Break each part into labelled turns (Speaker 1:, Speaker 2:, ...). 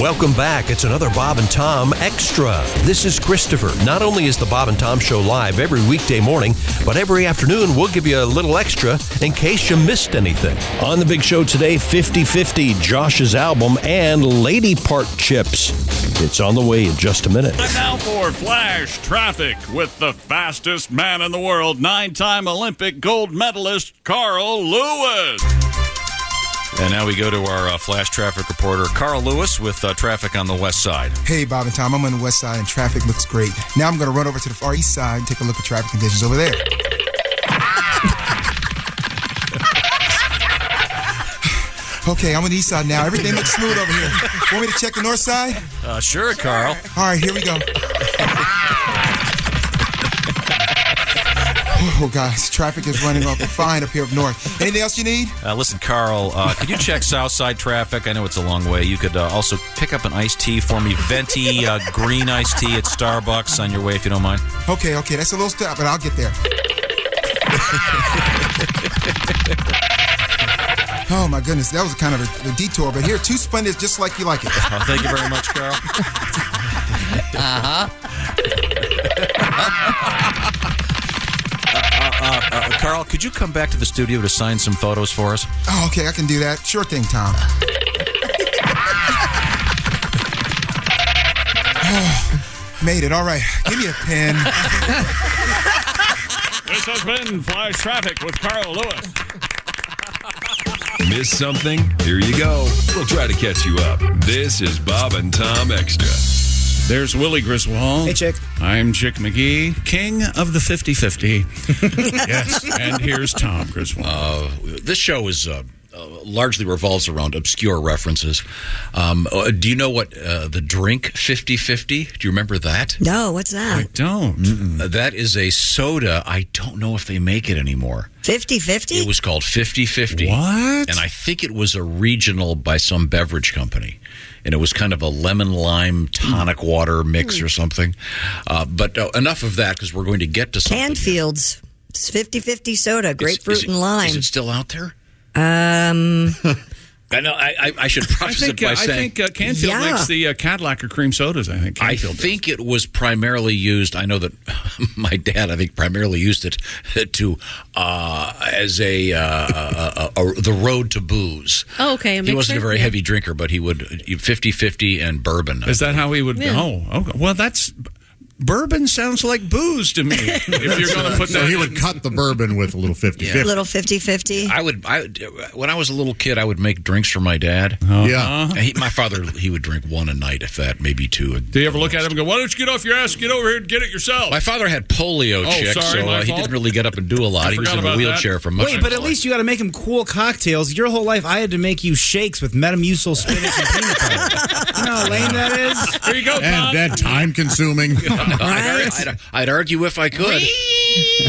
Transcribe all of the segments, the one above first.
Speaker 1: Welcome back. It's another Bob and Tom Extra. This is Christopher. Not only is the Bob and Tom Show live every weekday morning, but every afternoon we'll give you a little extra in case you missed anything. On the big show today, 50 50, Josh's album, and Lady Part Chips. It's on the way in just a minute.
Speaker 2: And now for Flash Traffic with the fastest man in the world, nine time Olympic gold medalist, Carl Lewis.
Speaker 3: And now we go to our uh, flash traffic reporter, Carl Lewis, with uh, traffic on the west side.
Speaker 4: Hey, Bob and Tom, I'm on the west side and traffic looks great. Now I'm going to run over to the far east side and take a look at traffic conditions over there. okay, I'm on the east side now. Everything looks smooth over here. Want me to check the north side?
Speaker 3: Uh, sure, Carl.
Speaker 4: All right, here we go. Oh, gosh, traffic is running off the fine up here up north. Anything else you need?
Speaker 3: Uh, listen, Carl, uh, could you check south side traffic? I know it's a long way. You could uh, also pick up an iced tea for me, venti uh, green iced tea at Starbucks on your way, if you don't mind.
Speaker 4: Okay, okay, that's a little step, but I'll get there. oh my goodness, that was kind of a, a detour, but here, two splendid, just like you like it.
Speaker 3: Uh, thank you very much, Carl.
Speaker 5: Uh-huh.
Speaker 3: Uh, Carl, could you come back to the studio to sign some photos for us?
Speaker 4: Oh, okay, I can do that. Sure thing, Tom. Made it. All right, give me a pen.
Speaker 2: This has been Flash Traffic with Carl Lewis.
Speaker 6: Miss something? Here you go. We'll try to catch you up. This is Bob and Tom Extra.
Speaker 2: There's Willie Griswold.
Speaker 7: Hey, Chick.
Speaker 2: I'm Chick McGee, king of the 50 50. yes. And here's Tom Griswold.
Speaker 5: This show is uh, uh, largely revolves around obscure references. Um, uh, do you know what uh, the drink 5050? Do you remember that?
Speaker 7: No, what's that?
Speaker 2: Don't.
Speaker 5: Uh, that is a soda. I don't know if they make it anymore.
Speaker 7: 50
Speaker 5: It
Speaker 7: 50?
Speaker 5: was called 5050.
Speaker 2: What?
Speaker 5: And I think it was a regional by some beverage company. And it was kind of a lemon
Speaker 2: Hmm.
Speaker 5: lime tonic water mix or something. Uh, but uh, enough of that because we're going to get to something. here.
Speaker 7: Canfield's. It's 50 50 soda,
Speaker 5: Is-
Speaker 7: grapefruit
Speaker 5: is it-
Speaker 7: and lime.
Speaker 5: Is it still out there?
Speaker 7: um,
Speaker 5: I know. I, I, I should
Speaker 2: I
Speaker 5: preface
Speaker 2: think,
Speaker 5: it
Speaker 2: uh,
Speaker 5: by
Speaker 2: I
Speaker 5: saying
Speaker 2: think uh, Canfield
Speaker 7: Yeah.
Speaker 2: makes the uh, Cadillac or cream sodas, I think.
Speaker 5: I
Speaker 2: Canfield does.
Speaker 5: think it was primarily used. I know that my dad, I think, primarily used it to uh, as a, uh, uh uh uh the road to booze.
Speaker 8: Oh, okay, a
Speaker 5: He
Speaker 8: mixer?
Speaker 5: wasn't a very
Speaker 8: Yeah.
Speaker 5: heavy drinker, but he would 50-50 and bourbon.
Speaker 2: Is that how we would?
Speaker 8: Yeah.
Speaker 2: Oh, okay. Well, that's bourbon sounds like booze to me. if you're going to put
Speaker 9: So
Speaker 2: that,
Speaker 9: he would cut the bourbon with a little 50 50.
Speaker 7: little 50 50.
Speaker 5: I would. I would- when I was a little kid, I would make drinks for my dad.
Speaker 9: Yeah.
Speaker 5: And he, my father, he would drink one a night, if that, maybe two.
Speaker 2: do you ever look at him and go, "Why don't you get off your ass, get over here, and get it yourself"?
Speaker 5: My father had polio,
Speaker 2: Oh,
Speaker 5: chick,
Speaker 2: sorry,
Speaker 5: so
Speaker 2: my
Speaker 5: uh, he
Speaker 2: fault.
Speaker 5: didn't really get up and do a lot.
Speaker 2: I
Speaker 5: he was
Speaker 2: forgot
Speaker 5: in a
Speaker 2: about that.
Speaker 5: wheelchair for much.
Speaker 7: Wait,
Speaker 5: of
Speaker 7: Wait,
Speaker 5: his
Speaker 7: but at
Speaker 5: life.
Speaker 7: least you got to make them cool cocktails. Your whole life, I had to make you shakes with Metamucil spinach and peanut butter. You know how lame that is?
Speaker 2: there you go, Tom.
Speaker 9: And that time consuming.
Speaker 5: I'd,
Speaker 7: Right?
Speaker 5: I'd, I'd argue if I could.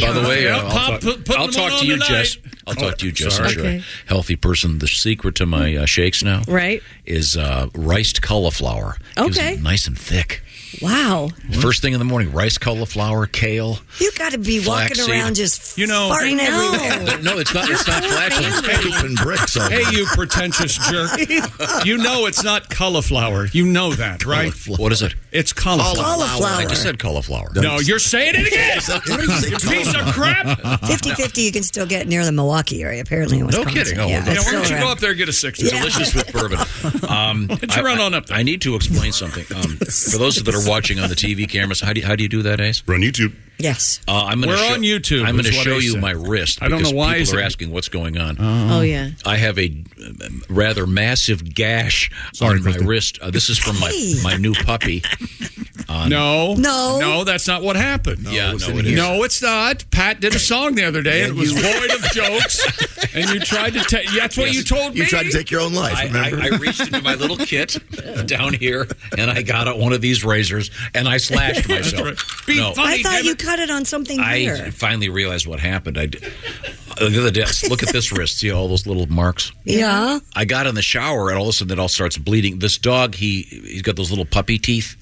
Speaker 5: By the way, uh,
Speaker 2: Yep, Pop,
Speaker 5: I'll,
Speaker 2: put-
Speaker 5: talk,
Speaker 2: put
Speaker 5: I'll
Speaker 2: them
Speaker 5: talk
Speaker 2: on
Speaker 5: to you,
Speaker 2: tonight.
Speaker 5: Jess. I'll talk to you, Jess.
Speaker 2: sorry.
Speaker 5: Since you're a
Speaker 8: Okay.
Speaker 5: healthy person. The secret to my uh, shakes now
Speaker 8: Right.
Speaker 5: is uh, riced cauliflower. Gives
Speaker 8: Okay.
Speaker 5: them nice and thick.
Speaker 8: Wow.
Speaker 5: First thing in the morning, rice cauliflower, kale.
Speaker 7: You got to be walking
Speaker 5: Flaxseed.
Speaker 7: around just
Speaker 2: You know-
Speaker 7: farting
Speaker 8: I know.
Speaker 7: everywhere.
Speaker 5: Uh, No, it's not. It's not flashing. It's
Speaker 9: Cake and bricks. over
Speaker 2: Hey, you pretentious jerk! You know it's not cauliflower. You know that, right?
Speaker 5: cauliflower. What is it?
Speaker 2: It's cauliflower.
Speaker 7: Cauliflower.
Speaker 5: I just said cauliflower.
Speaker 2: No, you're saying it again. You piece of crap! Yeah,
Speaker 7: 50 50 you can still get near the Milwaukee area, apparently. In Wisconsin.
Speaker 5: kidding. Oh,
Speaker 7: yeah,
Speaker 5: well,
Speaker 7: that's
Speaker 2: why
Speaker 7: still
Speaker 2: don't you go
Speaker 7: around.
Speaker 2: up there and get a sixty?
Speaker 5: delicious with bourbon. Um,
Speaker 2: you run on up there?
Speaker 5: I need to explain something um, for those that are watching on the TV cameras. How do you, how do you do that, Ace?
Speaker 9: We're on YouTube.
Speaker 7: Yes.
Speaker 5: Uh, I'm gonna
Speaker 2: We're
Speaker 5: show,
Speaker 2: on YouTube,
Speaker 5: I'm going to
Speaker 2: is what
Speaker 5: show
Speaker 2: I
Speaker 5: you
Speaker 2: said.
Speaker 5: my wrist.
Speaker 2: I don't
Speaker 5: because
Speaker 2: know why is
Speaker 5: people are
Speaker 2: it-
Speaker 5: asking what's going on.
Speaker 8: Oh, yeah.
Speaker 5: I have a um, rather massive gash on my wrist. Uh, this is from my, my new puppy. on.
Speaker 2: No.
Speaker 8: No.
Speaker 2: No, Oh, that's not what happened.
Speaker 5: Yeah,
Speaker 2: no,
Speaker 5: no, it is.
Speaker 2: it's not. Pat did a song the other day and it was void of jokes. And you tried to take. That's what you told me.
Speaker 10: You tried to take your own life,
Speaker 5: I,
Speaker 10: remember?
Speaker 5: I, I reached into my little kit down here and I got out one of these razors and I slashed myself.
Speaker 2: Be
Speaker 5: No.
Speaker 2: funny,
Speaker 8: I thought
Speaker 2: damn
Speaker 8: you
Speaker 2: it.
Speaker 8: cut it on something
Speaker 5: I
Speaker 8: here.
Speaker 5: finally realized what happened. I did, the other day, look at this wrist. See all those little marks?
Speaker 8: yeah.
Speaker 5: I got in the shower and all of a sudden it all starts bleeding. This dog, he he's got those little puppy teeth,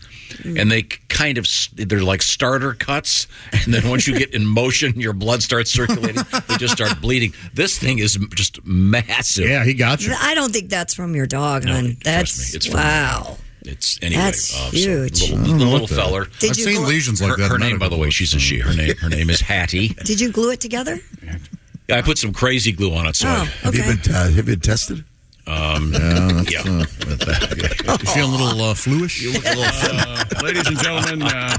Speaker 5: and they kind of s- they're like starter cuts. And then once you get in motion, your blood starts circulating. they just start bleeding. This thing is m- just massive.
Speaker 9: Yeah, he got you.
Speaker 8: Th- I don't think that's from your dog,
Speaker 5: No,
Speaker 8: hon.
Speaker 5: trust
Speaker 8: that's
Speaker 5: me, it's from my
Speaker 8: wow.
Speaker 5: It's anyway.
Speaker 8: That's
Speaker 5: uh, so
Speaker 8: huge.
Speaker 5: little
Speaker 9: I don't know
Speaker 5: little
Speaker 9: Mm-hmm. what the-
Speaker 5: feller.
Speaker 8: Did
Speaker 9: I've
Speaker 8: you
Speaker 9: seen
Speaker 8: go-
Speaker 9: lesions like
Speaker 5: her,
Speaker 9: that.
Speaker 5: her
Speaker 9: in
Speaker 5: name, by the way,
Speaker 9: medical
Speaker 5: she's a she. Her name her name is Hattie.
Speaker 8: Did you glue it together?
Speaker 5: I put some crazy glue on it, so
Speaker 8: Oh,
Speaker 10: Have
Speaker 8: okay.
Speaker 10: you been uh, have you been tested?
Speaker 5: yeah.
Speaker 9: You feeling a little uh, fluish?
Speaker 2: Ladies and gentlemen, uh,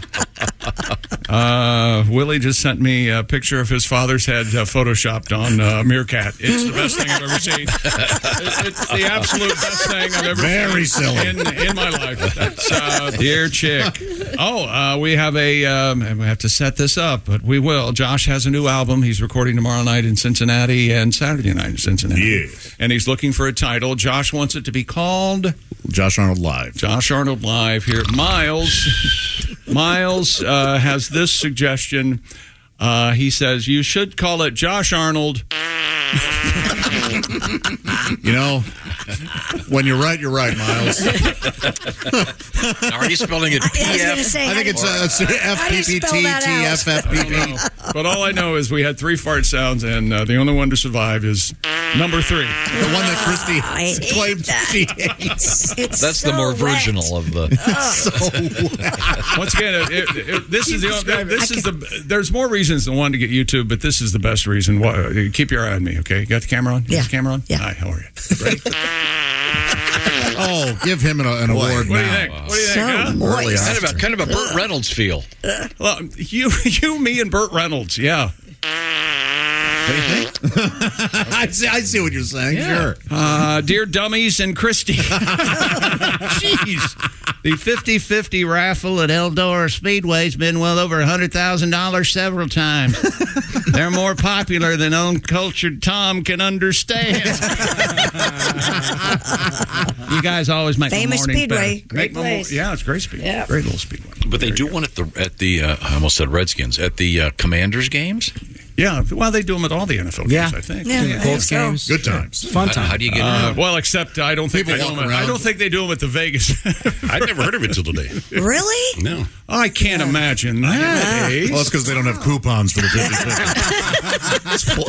Speaker 2: uh, Willie just sent me a picture of his father's head uh, photoshopped on uh, Meerkat. It's the best thing I've ever seen. It- It's the absolute best thing I've ever
Speaker 9: Very
Speaker 2: seen
Speaker 9: silly.
Speaker 2: In, in my life. That's, uh, dear chick. Oh, uh, we have a, um, and we have to set this up, but we will. Josh has a new album. He's recording tomorrow night in Cincinnati and Saturday night in Cincinnati.
Speaker 9: Yes.
Speaker 2: And he's looking for a title. Josh wants it to be called.
Speaker 9: Josh Arnold live.
Speaker 2: Josh Arnold live here. Miles, Miles uh, has this suggestion. Uh, he says you should call it Josh Arnold.
Speaker 9: You know, when you're right, you're right, Miles. I
Speaker 5: Already spelling it.
Speaker 8: I, I was going to
Speaker 5: PF.
Speaker 8: say.
Speaker 9: think it's uh, it's
Speaker 8: how do you spell that out?
Speaker 9: FPPTTFFPP.
Speaker 2: But all I know is we had three fart sounds, and uh, the only one to survive is number three.
Speaker 9: The one that Christy
Speaker 8: I hate
Speaker 9: claimed
Speaker 8: that.
Speaker 9: she hates.
Speaker 8: It's
Speaker 5: That's the
Speaker 8: so
Speaker 5: more
Speaker 8: wet.
Speaker 5: virginal of the.
Speaker 2: Once again, it, it, it- this is the this is the. There's more reasons than one to get YouTube, but this is the best reason. Why, keep your eye on me, okay? You got the camera on? You got
Speaker 8: Yeah.
Speaker 2: the camera on.
Speaker 8: Yeah.
Speaker 2: Hi, how are you?
Speaker 9: Oh, give him an, an award
Speaker 2: What do you
Speaker 9: now.
Speaker 2: think? What do you think?
Speaker 8: So
Speaker 2: huh?
Speaker 10: Early
Speaker 8: moist.
Speaker 5: Kind of a kind of a Burt Reynolds feel.
Speaker 2: Well, you, you, me, and Burt Reynolds. Yeah.
Speaker 9: I, see, I see what you're saying. Sure.
Speaker 2: Uh, dear dummies and Christy. Jeez. The 50 50 raffle at Eldora Speedway's been well over $100,000 several times. They're more popular than uncultured Tom can understand. you guys always make my
Speaker 8: Famous
Speaker 2: mornings
Speaker 8: Speedway.
Speaker 2: better.
Speaker 8: Great
Speaker 2: Make my mor-
Speaker 8: place.
Speaker 2: yeah, it's a great speedway.
Speaker 8: Yeah.
Speaker 2: Great little speedway.
Speaker 5: But they do one at the at the uh, I almost said Redskins at the uh, Commanders games.
Speaker 2: Yeah, well, they do them at all the NFL games,
Speaker 7: Yeah.
Speaker 2: I think.
Speaker 8: Yeah, there you go.
Speaker 9: Good times.
Speaker 7: Fun
Speaker 5: How,
Speaker 7: time.
Speaker 5: how do you get? in?
Speaker 2: Uh, well, except I don't think
Speaker 9: People
Speaker 2: they do 'em
Speaker 9: walk
Speaker 2: at- I
Speaker 9: around.
Speaker 2: don't think they do them at the Vegas.
Speaker 10: I'd never heard of it till today.
Speaker 8: Really?
Speaker 10: No.
Speaker 2: I can't imagine that.
Speaker 9: Well, it's because they don't have coupons for the 50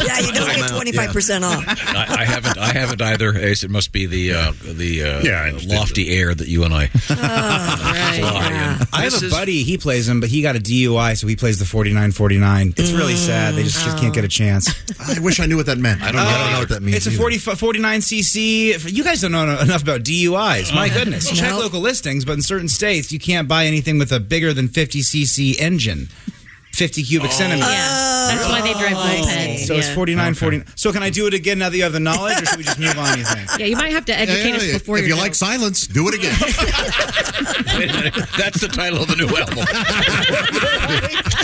Speaker 8: Yeah, you don't get twenty five percent off.
Speaker 5: I, I haven't. I haven't either. Ace, it must be the uh, the uh,
Speaker 9: Yeah, I understand
Speaker 5: lofty air that you and I. fly in.
Speaker 7: I have
Speaker 2: This
Speaker 7: a
Speaker 2: is-
Speaker 7: buddy. He plays him, but he got a DUI, so he plays the 49-49. It's really
Speaker 5: Mm.
Speaker 7: sad. They just, just can't get a chance.
Speaker 9: I wish I knew what that meant.
Speaker 10: I don't, I don't know what that means.
Speaker 7: It's a
Speaker 10: either.
Speaker 7: 40, 49 cc. You guys don't know enough about DUIs.
Speaker 2: Uh-huh.
Speaker 7: My goodness. Check
Speaker 8: No.
Speaker 7: local listings, but in certain states, you can't buy anything with a bigger than 50 cc engine, 50 cubic centimeters.
Speaker 11: That's why they drive mopeds.
Speaker 7: Oh. So it's
Speaker 11: yeah.
Speaker 7: 49, 49. So can I do it again now that you have the knowledge, or should we just move on, you think?
Speaker 11: Yeah, you might have to educate us
Speaker 9: if
Speaker 11: before
Speaker 9: you
Speaker 11: your
Speaker 9: like
Speaker 11: notes.
Speaker 9: silence, do it again.
Speaker 5: Wait a minute. That's the title of the new album.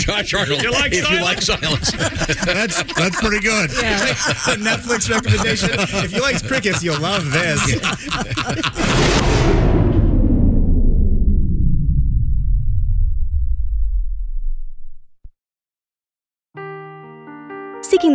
Speaker 5: Josh Arnold.
Speaker 2: You like
Speaker 5: if you
Speaker 2: silence?
Speaker 5: like silence,
Speaker 9: that's that's pretty good.
Speaker 7: The Netflix recommendation. If you like crickets, you'll love this.
Speaker 11: Seeking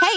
Speaker 8: Hey,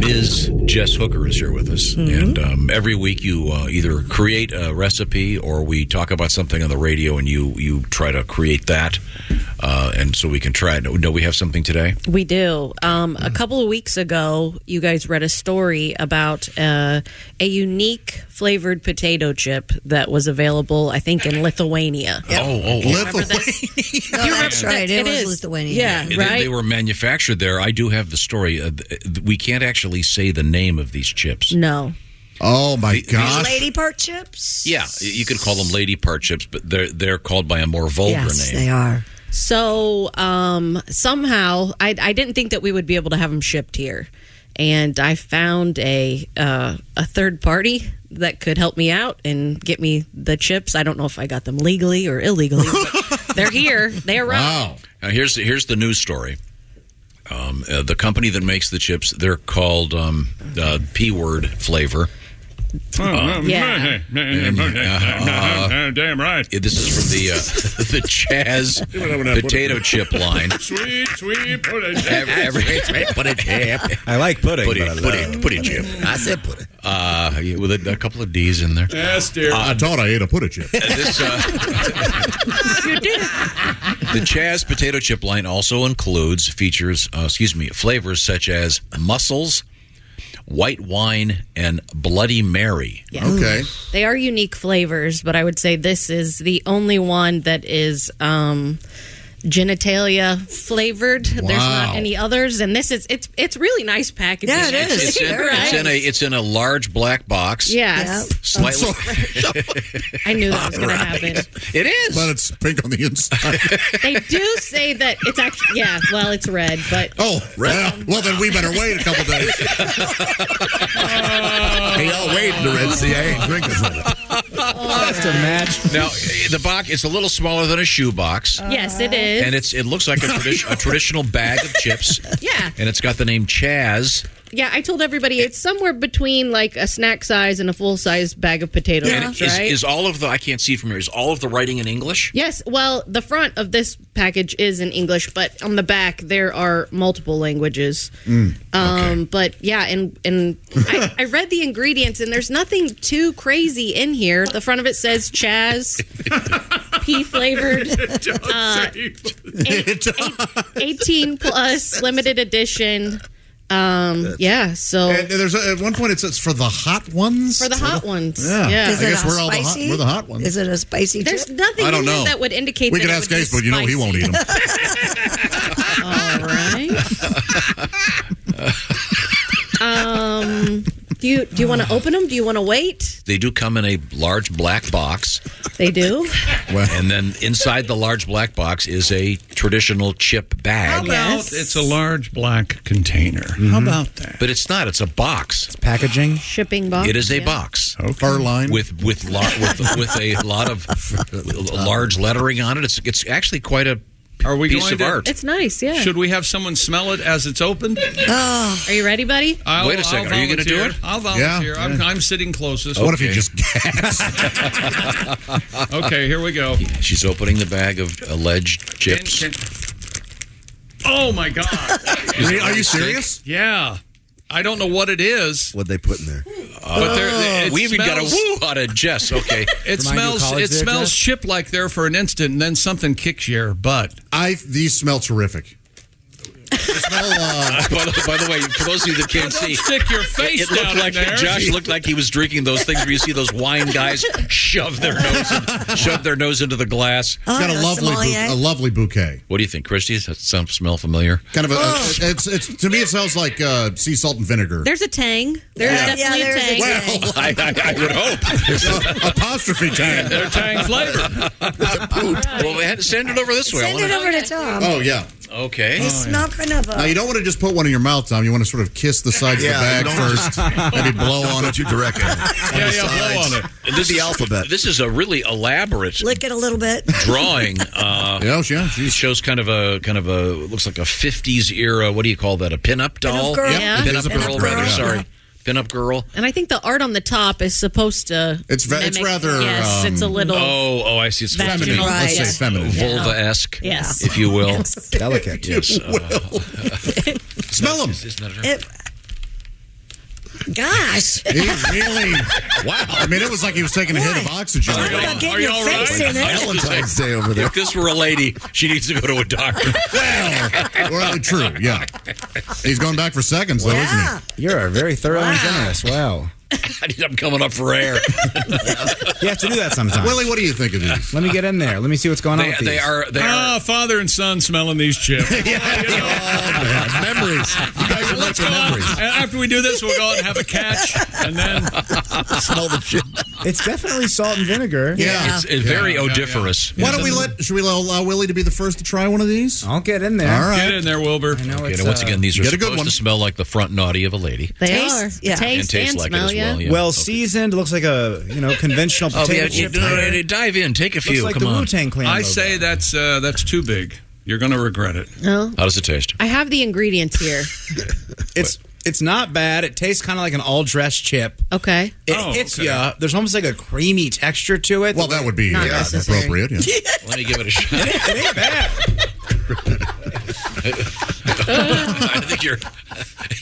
Speaker 5: Ms. Jess Hooker is here with us,
Speaker 8: Mm-hmm.
Speaker 5: and um, every week you uh, either create a recipe or we talk about something on the radio, and you you try to create that, uh, and so we can try it. No, no, we have something today.
Speaker 12: We do. Um, a couple of weeks ago, you guys read a story about uh, a unique flavored potato chip that was available, I think, in Lithuania.
Speaker 5: Oh, oh,
Speaker 12: Do you remember this?
Speaker 13: No, that's right.
Speaker 12: It
Speaker 13: It, was
Speaker 12: is.
Speaker 13: Lithuania.
Speaker 12: Yeah,
Speaker 5: They-
Speaker 12: right.
Speaker 5: They were manufactured there. I do have the story. Uh, th- th- we can't actually say the name of these chips.
Speaker 12: No.
Speaker 5: Oh my gosh!
Speaker 13: Lady part chips.
Speaker 5: Yeah, you could call them lady part chips, but they're they're called by a more vulgar
Speaker 13: Yes,
Speaker 5: name.
Speaker 13: they are.
Speaker 12: So um, somehow, I, I didn't think that we would be able to have them shipped here, and I found a uh, a third party that could help me out and get me the chips. I don't know if I got them legally or illegally. but they're here. They arrived.
Speaker 5: Wow. Now here's here's the news story. Um, uh, the company that makes the chips, they're called um, uh, P word flavor.
Speaker 2: Oh,
Speaker 5: Um,
Speaker 2: Yeah.
Speaker 5: and, uh,
Speaker 2: Damn right.
Speaker 5: yeah, this is from the uh, the Chaz potato chip line.
Speaker 2: Sweet, sweet
Speaker 5: I like pudding. Pudding, pudding, pudding chip. I said pudding. Uh, yeah, with a, a couple of D's in there.
Speaker 2: Yes, dear.
Speaker 5: I thought I ate a pudding chip.
Speaker 12: you did.
Speaker 5: uh, The Chaz potato chip line also includes features, uh, excuse me, flavors such as mussels, white wine, and Bloody Mary.
Speaker 12: Yeah. They are unique flavors, but I would say this is the only one that is um, genitalia flavored. There's
Speaker 5: Wow.
Speaker 12: not any others, and this is it's it's really nice packaging.
Speaker 13: Yeah, it
Speaker 5: It's, it's in, it's in a it's in a large black box.
Speaker 12: Yes.
Speaker 5: Slightly.
Speaker 12: I knew that was going to happen.
Speaker 5: It is.
Speaker 9: But it's pink on the inside.
Speaker 12: They do say that it's actually yeah. Well, it's red, but
Speaker 9: oh, well, well, then we better wait a couple days.
Speaker 10: hey, y'all wait
Speaker 12: Oh.
Speaker 10: in the Red Sea. I ain't drinking from it.
Speaker 5: That's a match. Now eh, the box it's a little smaller than a shoe box.
Speaker 12: yes,
Speaker 13: Uh-huh.
Speaker 12: it is.
Speaker 5: And it's it looks like a, tradi- a traditional bag of chips,
Speaker 12: yeah,
Speaker 5: and it's got the name Chaz.
Speaker 12: yeah. I told everybody it's somewhere between like a snack size and a full size bag of potatoes,
Speaker 5: And is,
Speaker 12: right?
Speaker 5: is all of the I can't see from here. Is all of the writing in English?
Speaker 12: Yes. Well, the front of this package is in English, but on the back there are multiple languages.
Speaker 9: Mm,
Speaker 12: Um, But yeah, and and I, I read the ingredients, and there's nothing too crazy in here. The front of it says Chaz, pea flavored, uh, eight- eight- 18 plus, limited edition. Um, yeah. So
Speaker 9: And there's a, at one point it says for the hot ones.
Speaker 12: For the hot ones,
Speaker 9: Yeah.
Speaker 12: yeah. Is
Speaker 9: I
Speaker 12: it
Speaker 9: guess
Speaker 12: a
Speaker 9: we're all the hot,
Speaker 12: spicy?
Speaker 9: we're the hot ones.
Speaker 13: Is it a spicy
Speaker 12: there's
Speaker 13: chip?
Speaker 12: nothing
Speaker 9: I don't
Speaker 12: in here
Speaker 9: know.
Speaker 12: that would indicate
Speaker 9: We
Speaker 12: that
Speaker 9: could
Speaker 12: it
Speaker 9: ask
Speaker 12: would be
Speaker 9: Ace, but you know he won't eat 'em.
Speaker 12: All right. um, do you do you want to open them? Do you want to wait?
Speaker 5: They do come in a large black box,
Speaker 12: They do.
Speaker 5: and then inside the large black box is a traditional chip
Speaker 2: How
Speaker 5: bag.
Speaker 2: about it's a large black container? How
Speaker 5: Mm-hmm.
Speaker 2: about that?
Speaker 5: But it's not. It's a box. It's
Speaker 7: packaging.
Speaker 12: Shipping box.
Speaker 5: It is a
Speaker 12: yeah.
Speaker 5: box.
Speaker 9: Fur line
Speaker 5: with with lar- with, with a lot of uh, large lettering on it. It's it's actually quite a
Speaker 2: Are we
Speaker 5: piece
Speaker 2: going
Speaker 5: of
Speaker 2: to-
Speaker 5: art.
Speaker 12: It's nice. Yeah.
Speaker 2: Should we have someone smell it as it's opened?
Speaker 12: Are you ready, buddy?
Speaker 2: I'll-
Speaker 5: Wait a second,
Speaker 2: I'll
Speaker 5: are you gonna do
Speaker 2: volunteer.
Speaker 5: it?
Speaker 2: I'll volunteer.
Speaker 5: Yeah.
Speaker 2: I'm, I'm sitting closest.
Speaker 5: What if you just
Speaker 2: okay, here we go.
Speaker 5: She's opening the bag of alleged chips.
Speaker 2: Can- can- oh my god!
Speaker 5: Really? Are you serious?
Speaker 2: Yeah. I don't know what it is.
Speaker 10: What they put in there?
Speaker 2: But there- it
Speaker 5: we even got a
Speaker 2: oh, smells-
Speaker 5: woo out of Jess. Okay,
Speaker 2: It smells. It smells chip like there for an instant, and then something kicks your butt.
Speaker 9: I these smell terrific.
Speaker 5: by, the, by the way, for those of you that can't
Speaker 2: Don't
Speaker 5: see,
Speaker 2: stick your face
Speaker 5: it looked
Speaker 2: down in
Speaker 5: like
Speaker 2: there.
Speaker 5: Josh looked like he was drinking those things where you see those wine guys shove their nose in, shove their nose into the glass.
Speaker 9: It's got a lovely bou- a lovely bouquet.
Speaker 5: What do you think, Christy? Does that sound smell familiar?
Speaker 9: Kind of a,
Speaker 12: Oh.
Speaker 9: it's it's to me it smells like uh, sea salt and vinegar.
Speaker 12: There's a tang. There's
Speaker 9: Yeah.
Speaker 12: definitely
Speaker 13: Yeah, there's a
Speaker 12: a tang.
Speaker 9: tang. Well,
Speaker 5: I, I, I would hope.
Speaker 9: Apostrophe tang.
Speaker 2: They're tang flavored.
Speaker 5: well, we had to send it over this way. I
Speaker 13: Send
Speaker 5: wanna-
Speaker 13: it over to Tom.
Speaker 9: Oh yeah.
Speaker 5: Okay.
Speaker 13: They smell kind of a.
Speaker 9: Now you don't want to just put one in your mouth, Tom. You want to sort of kiss the sides
Speaker 10: Yeah,
Speaker 9: of the
Speaker 10: don't-
Speaker 9: bag first, maybe blow
Speaker 10: Don't
Speaker 9: on
Speaker 10: go
Speaker 9: it.
Speaker 10: too direct at it.
Speaker 2: yeah, yeah, blow on it.
Speaker 5: And This
Speaker 10: The
Speaker 5: is-
Speaker 10: alphabet.
Speaker 5: This is a really elaborate
Speaker 13: Lick it a little bit.
Speaker 5: drawing. Uh,
Speaker 9: Yeah, yeah.
Speaker 5: it shows kind of a kind of a looks like a '50s era. What do you call that? A pinup doll?
Speaker 13: girl. Yeah.
Speaker 5: Pinup
Speaker 13: Pinup
Speaker 5: girl,
Speaker 13: girl.
Speaker 5: rather. Sorry. pinup girl.
Speaker 12: And I think the art on the top is supposed to.
Speaker 5: It's ve- it's
Speaker 12: mimic-
Speaker 5: rather,
Speaker 12: Yes, it's a
Speaker 5: um,
Speaker 12: little.
Speaker 5: Oh, oh, I see. It's
Speaker 12: Vaginal,
Speaker 5: feminine.
Speaker 12: Let's say yes. feminine.
Speaker 5: vulva esque,
Speaker 12: Yes.
Speaker 5: if you will.
Speaker 9: Delicate.
Speaker 5: Yes. uh,
Speaker 9: Smell them.
Speaker 13: It, gosh.
Speaker 9: He really. Wow. I mean, it was like he was taking a hit of oxygen.
Speaker 13: Talk about getting your face in it.
Speaker 9: Valentine's Day over there.
Speaker 5: If this were a lady, she needs to go to a doctor.
Speaker 9: Well, true. Yeah. He's going back for seconds, though, isn't he? You're very thorough and generous. Wow.
Speaker 5: I'm coming up for air.
Speaker 7: You have to do that sometimes.
Speaker 9: Willie, what do you think of these?
Speaker 7: Let me get in there. Let me see what's going on with these.
Speaker 13: Oh,
Speaker 2: Ah, father and son smelling these chips.
Speaker 9: memories.
Speaker 2: Let's go out- After we do this, we'll go out and have a catch, and then
Speaker 9: Smell the chips.
Speaker 7: It's definitely salt and vinegar.
Speaker 9: Yeah. Yeah. It's- it's very Yeah, yeah, yeah.
Speaker 5: odoriferous.
Speaker 9: Why don't we let? Should we allow Willie to be the first to try one of these?
Speaker 7: I'll get in there.
Speaker 9: All right.
Speaker 2: get in there, Wilbur.
Speaker 5: Okay, now once again, these are
Speaker 9: Get a good
Speaker 5: supposed
Speaker 9: one.
Speaker 5: to smell like the front naughty of a lady.
Speaker 12: They
Speaker 7: Taste-
Speaker 12: are.
Speaker 7: yeah.
Speaker 12: Taste
Speaker 5: And taste
Speaker 12: and
Speaker 5: like it
Speaker 12: smell,
Speaker 5: as
Speaker 12: yeah.
Speaker 5: well, yeah.
Speaker 7: Well seasoned, looks like a you know conventional
Speaker 5: Oh,
Speaker 7: potato
Speaker 5: yeah,
Speaker 7: chip.
Speaker 5: you- no, no, no, dive in, take a
Speaker 7: Looks
Speaker 5: few.
Speaker 7: like
Speaker 5: come
Speaker 7: the
Speaker 5: on.
Speaker 7: Wu-Tang Clan
Speaker 2: I
Speaker 7: logo.
Speaker 2: say that's uh, that's too big. You're going to regret it.
Speaker 12: No.
Speaker 5: How does it taste?
Speaker 12: I have the ingredients here.
Speaker 7: It's it's not bad. It tastes kind of like an all dressed chip.
Speaker 12: Okay.
Speaker 7: It
Speaker 12: Oh,
Speaker 7: hits
Speaker 12: okay.
Speaker 7: ya. There's almost like a creamy texture to it. Well, that would
Speaker 9: be,
Speaker 12: Not yeah, necessary. appropriate, yeah.
Speaker 5: Let me give it a shot.
Speaker 7: it ain't bad.
Speaker 5: I think you're.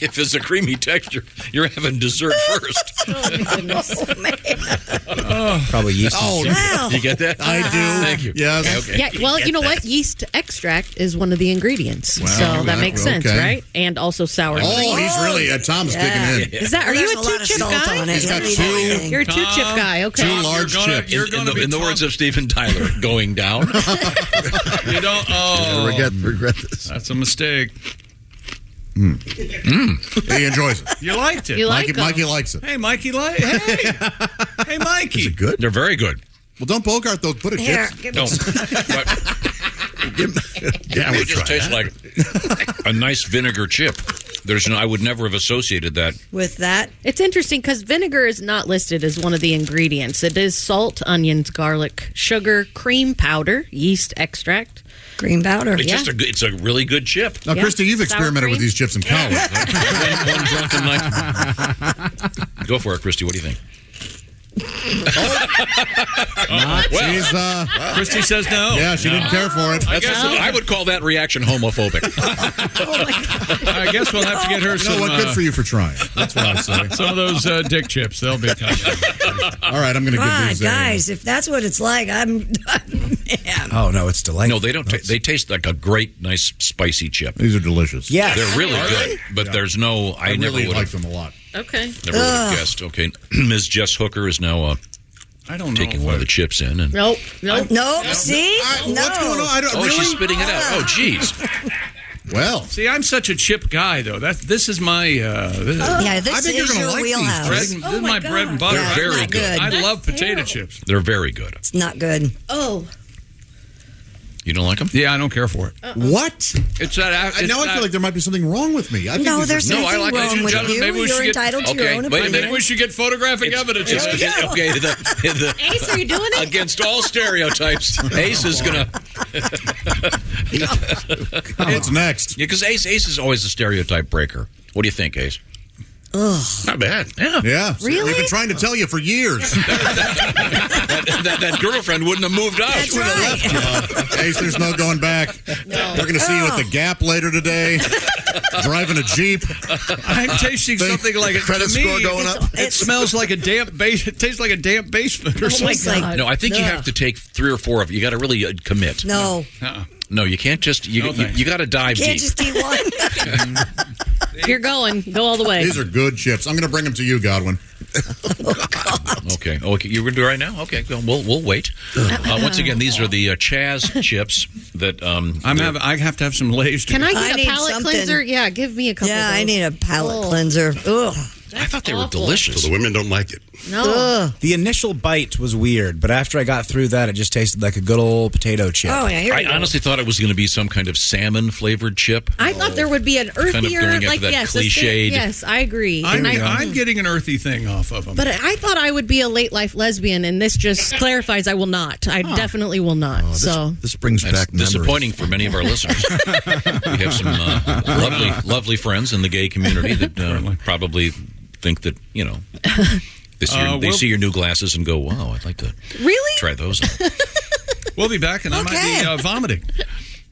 Speaker 5: If it's a creamy texture, you're having dessert first.
Speaker 13: Oh
Speaker 7: Probably yeast.
Speaker 5: Oh,
Speaker 9: wow.
Speaker 5: you get that?
Speaker 9: I do.
Speaker 5: Thank you.
Speaker 9: Yes.
Speaker 12: Yeah, well, you know what? Yeast extract is one of the ingredients.
Speaker 9: Wow.
Speaker 12: so
Speaker 9: That-
Speaker 12: that makes sense,
Speaker 9: okay.
Speaker 12: right? And also sour
Speaker 9: Oh,
Speaker 12: cream.
Speaker 9: he's really. Uh, Tom's
Speaker 12: Yeah.
Speaker 9: kicking in.
Speaker 12: Is that? Are you
Speaker 13: There's
Speaker 12: a
Speaker 13: a lot
Speaker 12: two
Speaker 13: of
Speaker 12: chip
Speaker 13: salt
Speaker 12: guy?
Speaker 13: on it. He's got
Speaker 9: Don't eat two- everything.
Speaker 12: You're a two chip
Speaker 2: Tom,
Speaker 12: guy. Okay.
Speaker 5: Two large
Speaker 2: gonna-
Speaker 5: chips.
Speaker 2: you're
Speaker 5: In- in,
Speaker 2: gonna
Speaker 5: the,
Speaker 2: be
Speaker 5: in the words of Steven Tyler, going down.
Speaker 2: You don't. Oh,
Speaker 10: regret, regret this.
Speaker 2: that's a mistake.
Speaker 9: He enjoys it.
Speaker 2: You liked it.
Speaker 12: You like
Speaker 9: Mikey,
Speaker 12: 'em.
Speaker 9: Mikey likes it.
Speaker 2: Hey, Mikey. Like. Hey, hey, Mikey.
Speaker 10: Is it good?
Speaker 5: They're very good.
Speaker 9: Well, don't Bogart those. Put a
Speaker 13: Here,
Speaker 9: chips.
Speaker 13: give me
Speaker 5: No.
Speaker 10: Yeah,
Speaker 5: They
Speaker 10: we'll
Speaker 5: just
Speaker 10: try
Speaker 5: taste
Speaker 10: that.
Speaker 5: like a nice vinegar chip. There's no, I would never have associated that.
Speaker 13: with that.
Speaker 12: It's interesting because vinegar is not listed as one of the ingredients. It is salt, onions, garlic, sugar, cream powder, yeast extract.
Speaker 13: Green powder.
Speaker 5: It's
Speaker 12: Yeah.
Speaker 5: just a good, it's a really good chip.
Speaker 9: Now,
Speaker 12: Yeah.
Speaker 9: Christy, you've
Speaker 12: Sour
Speaker 9: experimented with
Speaker 12: cream.
Speaker 9: these chips in college.
Speaker 5: One- one drunken night. Go for it, Christy. What do you think?
Speaker 9: Well, she's, uh,
Speaker 2: Christy says no.
Speaker 9: yeah, she didn't care for it.
Speaker 2: I
Speaker 5: That's-
Speaker 2: guess,
Speaker 5: I would call that reaction homophobic.
Speaker 2: I guess we'll have to get her
Speaker 9: You know
Speaker 2: some,
Speaker 9: what? Good
Speaker 2: uh,
Speaker 9: for you for trying. That's what I say.
Speaker 2: some of those uh, dick chips. They'll be coming.
Speaker 9: All right, I'm going to give
Speaker 13: God,
Speaker 9: these. uh,
Speaker 13: Ah, guys, if that's what it's like, I'm. man.
Speaker 7: Oh no, it's delightful.
Speaker 5: no, they don't. Ta- they taste like a great, nice, spicy chip.
Speaker 9: These are delicious.
Speaker 7: Yes.
Speaker 5: They're really good, but there's no. I,
Speaker 9: I
Speaker 5: never
Speaker 9: really
Speaker 5: would
Speaker 9: like
Speaker 5: have
Speaker 9: them a lot.
Speaker 12: Okay.
Speaker 5: never would have guessed. Okay, Ms. Jess Hooker is now uh,
Speaker 2: I don't know.
Speaker 5: taking one of the chips in, and
Speaker 12: Nope. Nope.
Speaker 13: No, see? no.
Speaker 9: What's going on? I don't,
Speaker 5: oh, she's
Speaker 9: really?
Speaker 5: spitting it out. Oh, jeez.
Speaker 9: Well,
Speaker 2: See, I'm such a chip guy, though. That this is my uh, this is
Speaker 13: Oh, Yeah, this
Speaker 9: I think you're
Speaker 13: is
Speaker 9: gonna
Speaker 13: your
Speaker 9: like these,
Speaker 13: wheelhouse.
Speaker 2: bread. And, this is
Speaker 13: my
Speaker 2: my, bread and butter.
Speaker 13: Yeah,
Speaker 5: Oh, They're very
Speaker 13: not good.
Speaker 5: good.
Speaker 2: I love potato chips.
Speaker 5: They're very good.
Speaker 13: It's not good.
Speaker 12: Oh.
Speaker 5: You don't like them?
Speaker 2: Yeah, I don't care for it.
Speaker 9: what?
Speaker 2: It's that. uh,
Speaker 9: I,
Speaker 2: It's
Speaker 9: now I
Speaker 2: that-
Speaker 9: feel like there might be something wrong with me. I think
Speaker 13: No,
Speaker 9: these are-
Speaker 13: there's
Speaker 5: No, I
Speaker 13: nothing
Speaker 5: like it.
Speaker 13: wrong with
Speaker 2: Gentlemen,
Speaker 13: you.
Speaker 2: maybe we should
Speaker 13: You're
Speaker 2: get-
Speaker 13: entitled to your
Speaker 5: Okay,
Speaker 13: own
Speaker 5: wait a
Speaker 13: opinion.
Speaker 5: minute.
Speaker 2: Maybe we should get photographic evidence.
Speaker 5: It's-
Speaker 2: of
Speaker 5: it's-
Speaker 2: this.
Speaker 5: okay, the- the-
Speaker 12: Ace, are you doing it?
Speaker 5: against all stereotypes,
Speaker 9: Oh,
Speaker 5: Ace is gonna
Speaker 9: What's next?
Speaker 5: because Ace Ace is always a stereotype breaker. What do you think, Ace? Ugh. Not bad. Yeah.
Speaker 9: Yeah.
Speaker 12: Really?
Speaker 9: We've been trying to tell you for years.
Speaker 5: That, that, that girlfriend wouldn't have moved out.
Speaker 13: That's right.
Speaker 9: Ace, there's no going back. We're going to see you at the Gap later today. Driving a Jeep.
Speaker 2: I'm tasting
Speaker 9: Think-
Speaker 2: something like a
Speaker 10: Credit
Speaker 2: to me,
Speaker 10: score going up?
Speaker 2: It smells like a damp base. It tastes like a damp basement or something.
Speaker 13: It's like,
Speaker 5: No, I think you have to take three or four of. You got to really uh, commit.
Speaker 13: no.
Speaker 5: No, you can't just. You
Speaker 2: No,
Speaker 5: you,
Speaker 2: thanks.
Speaker 5: got to dive
Speaker 13: Can't
Speaker 5: deep.
Speaker 13: just eat one.
Speaker 12: You're going. Go all the way.
Speaker 9: These are good chips. I'm going to bring them to you, Godwin.
Speaker 5: Okay. Oh, okay. You're gonna do it right now. Okay. Well, we'll, we'll wait. Uh, once again, these are the uh, Chaz chips that um.
Speaker 2: I'm
Speaker 5: they're-
Speaker 2: have, I have to have some Lay's. to
Speaker 12: Can
Speaker 2: go.
Speaker 12: I
Speaker 13: I
Speaker 12: get a
Speaker 13: need
Speaker 12: palate
Speaker 13: something.
Speaker 12: cleanser? Yeah, give me a couple.
Speaker 13: yeah,
Speaker 12: of
Speaker 13: I
Speaker 12: those.
Speaker 13: need a palate
Speaker 12: Oh.
Speaker 13: cleanser. Ugh.
Speaker 5: I thought they were
Speaker 12: awful.
Speaker 5: delicious.
Speaker 10: So the women don't like it.
Speaker 12: No.
Speaker 7: The initial bite was weird, but after I got through that, it just tasted like a good old potato chip.
Speaker 13: Oh, yeah, here we
Speaker 5: I
Speaker 13: go.
Speaker 5: honestly thought it was going to be some kind of salmon flavored chip.
Speaker 12: I thought there would be an earthier,
Speaker 5: Kind of going after
Speaker 12: like
Speaker 5: that
Speaker 12: yes, a sta-
Speaker 5: cliched-
Speaker 12: yes, I agree.
Speaker 2: I'm,
Speaker 12: And I- Mm.
Speaker 2: I'm getting an earthy thing off of them.
Speaker 12: But I thought I would be a late life lesbian, and this just clarifies I will not. I definitely will not. so
Speaker 10: This brings
Speaker 5: That's
Speaker 10: back memories.
Speaker 5: disappointing for many of our listeners. we have some uh, lovely, lovely friends in the gay community that uh, probably think that you know they see, your,
Speaker 2: Uh,
Speaker 5: they
Speaker 2: we'll-
Speaker 5: see your new glasses and go, "Wow, I'd like to
Speaker 13: Really?
Speaker 5: try those." out."
Speaker 2: We'll be back, and I might be
Speaker 13: Okay.
Speaker 2: uh, vomiting.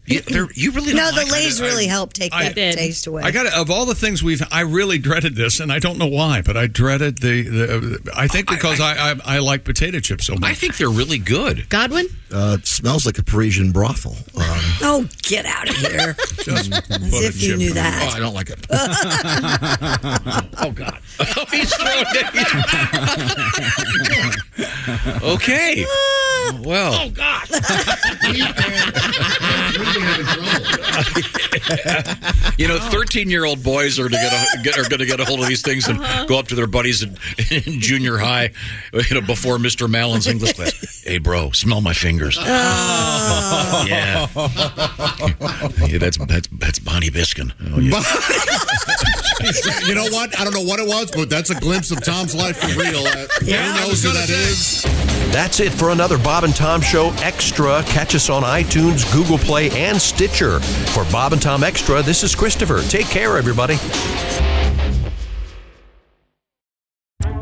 Speaker 2: you really
Speaker 13: no, the Lay's really helped take
Speaker 2: I-
Speaker 13: that taste away.
Speaker 2: I got to of all the things we've. I really dreaded this, and I don't know why, but I dreaded the. the I think because I, I, I like potato chips so much. I
Speaker 5: think they're really good.
Speaker 12: Godwin.
Speaker 10: Uh, it smells like a Parisian brothel. Um,
Speaker 13: Oh, get out of here! As if you knew that.
Speaker 10: Oh, I don't like it.
Speaker 5: oh God! Oh, he's throwing it. okay. Well. Oh God. you know, thirteen-year-old boys are to get, a, get are going to get a hold of these things and go up to their buddies in, in junior high, you know, before Mr. Mallon's English class. Hey, bro, smell my fingers. Yeah. yeah, that's that's that's Bonnie Biskin. Oh, yeah.
Speaker 9: you know what? I don't know what it was, but that's a glimpse of Tom's life for real. Uh,
Speaker 6: Yeah,
Speaker 9: who
Speaker 6: I
Speaker 9: knows
Speaker 6: was
Speaker 9: who
Speaker 6: gonna
Speaker 9: that
Speaker 6: say.
Speaker 9: is?
Speaker 1: That's it for another Bob and Tom Show Extra. Catch us on iTunes, Google Play, and Stitcher. For Bob and Tom Extra, this is Christopher. Take care, everybody.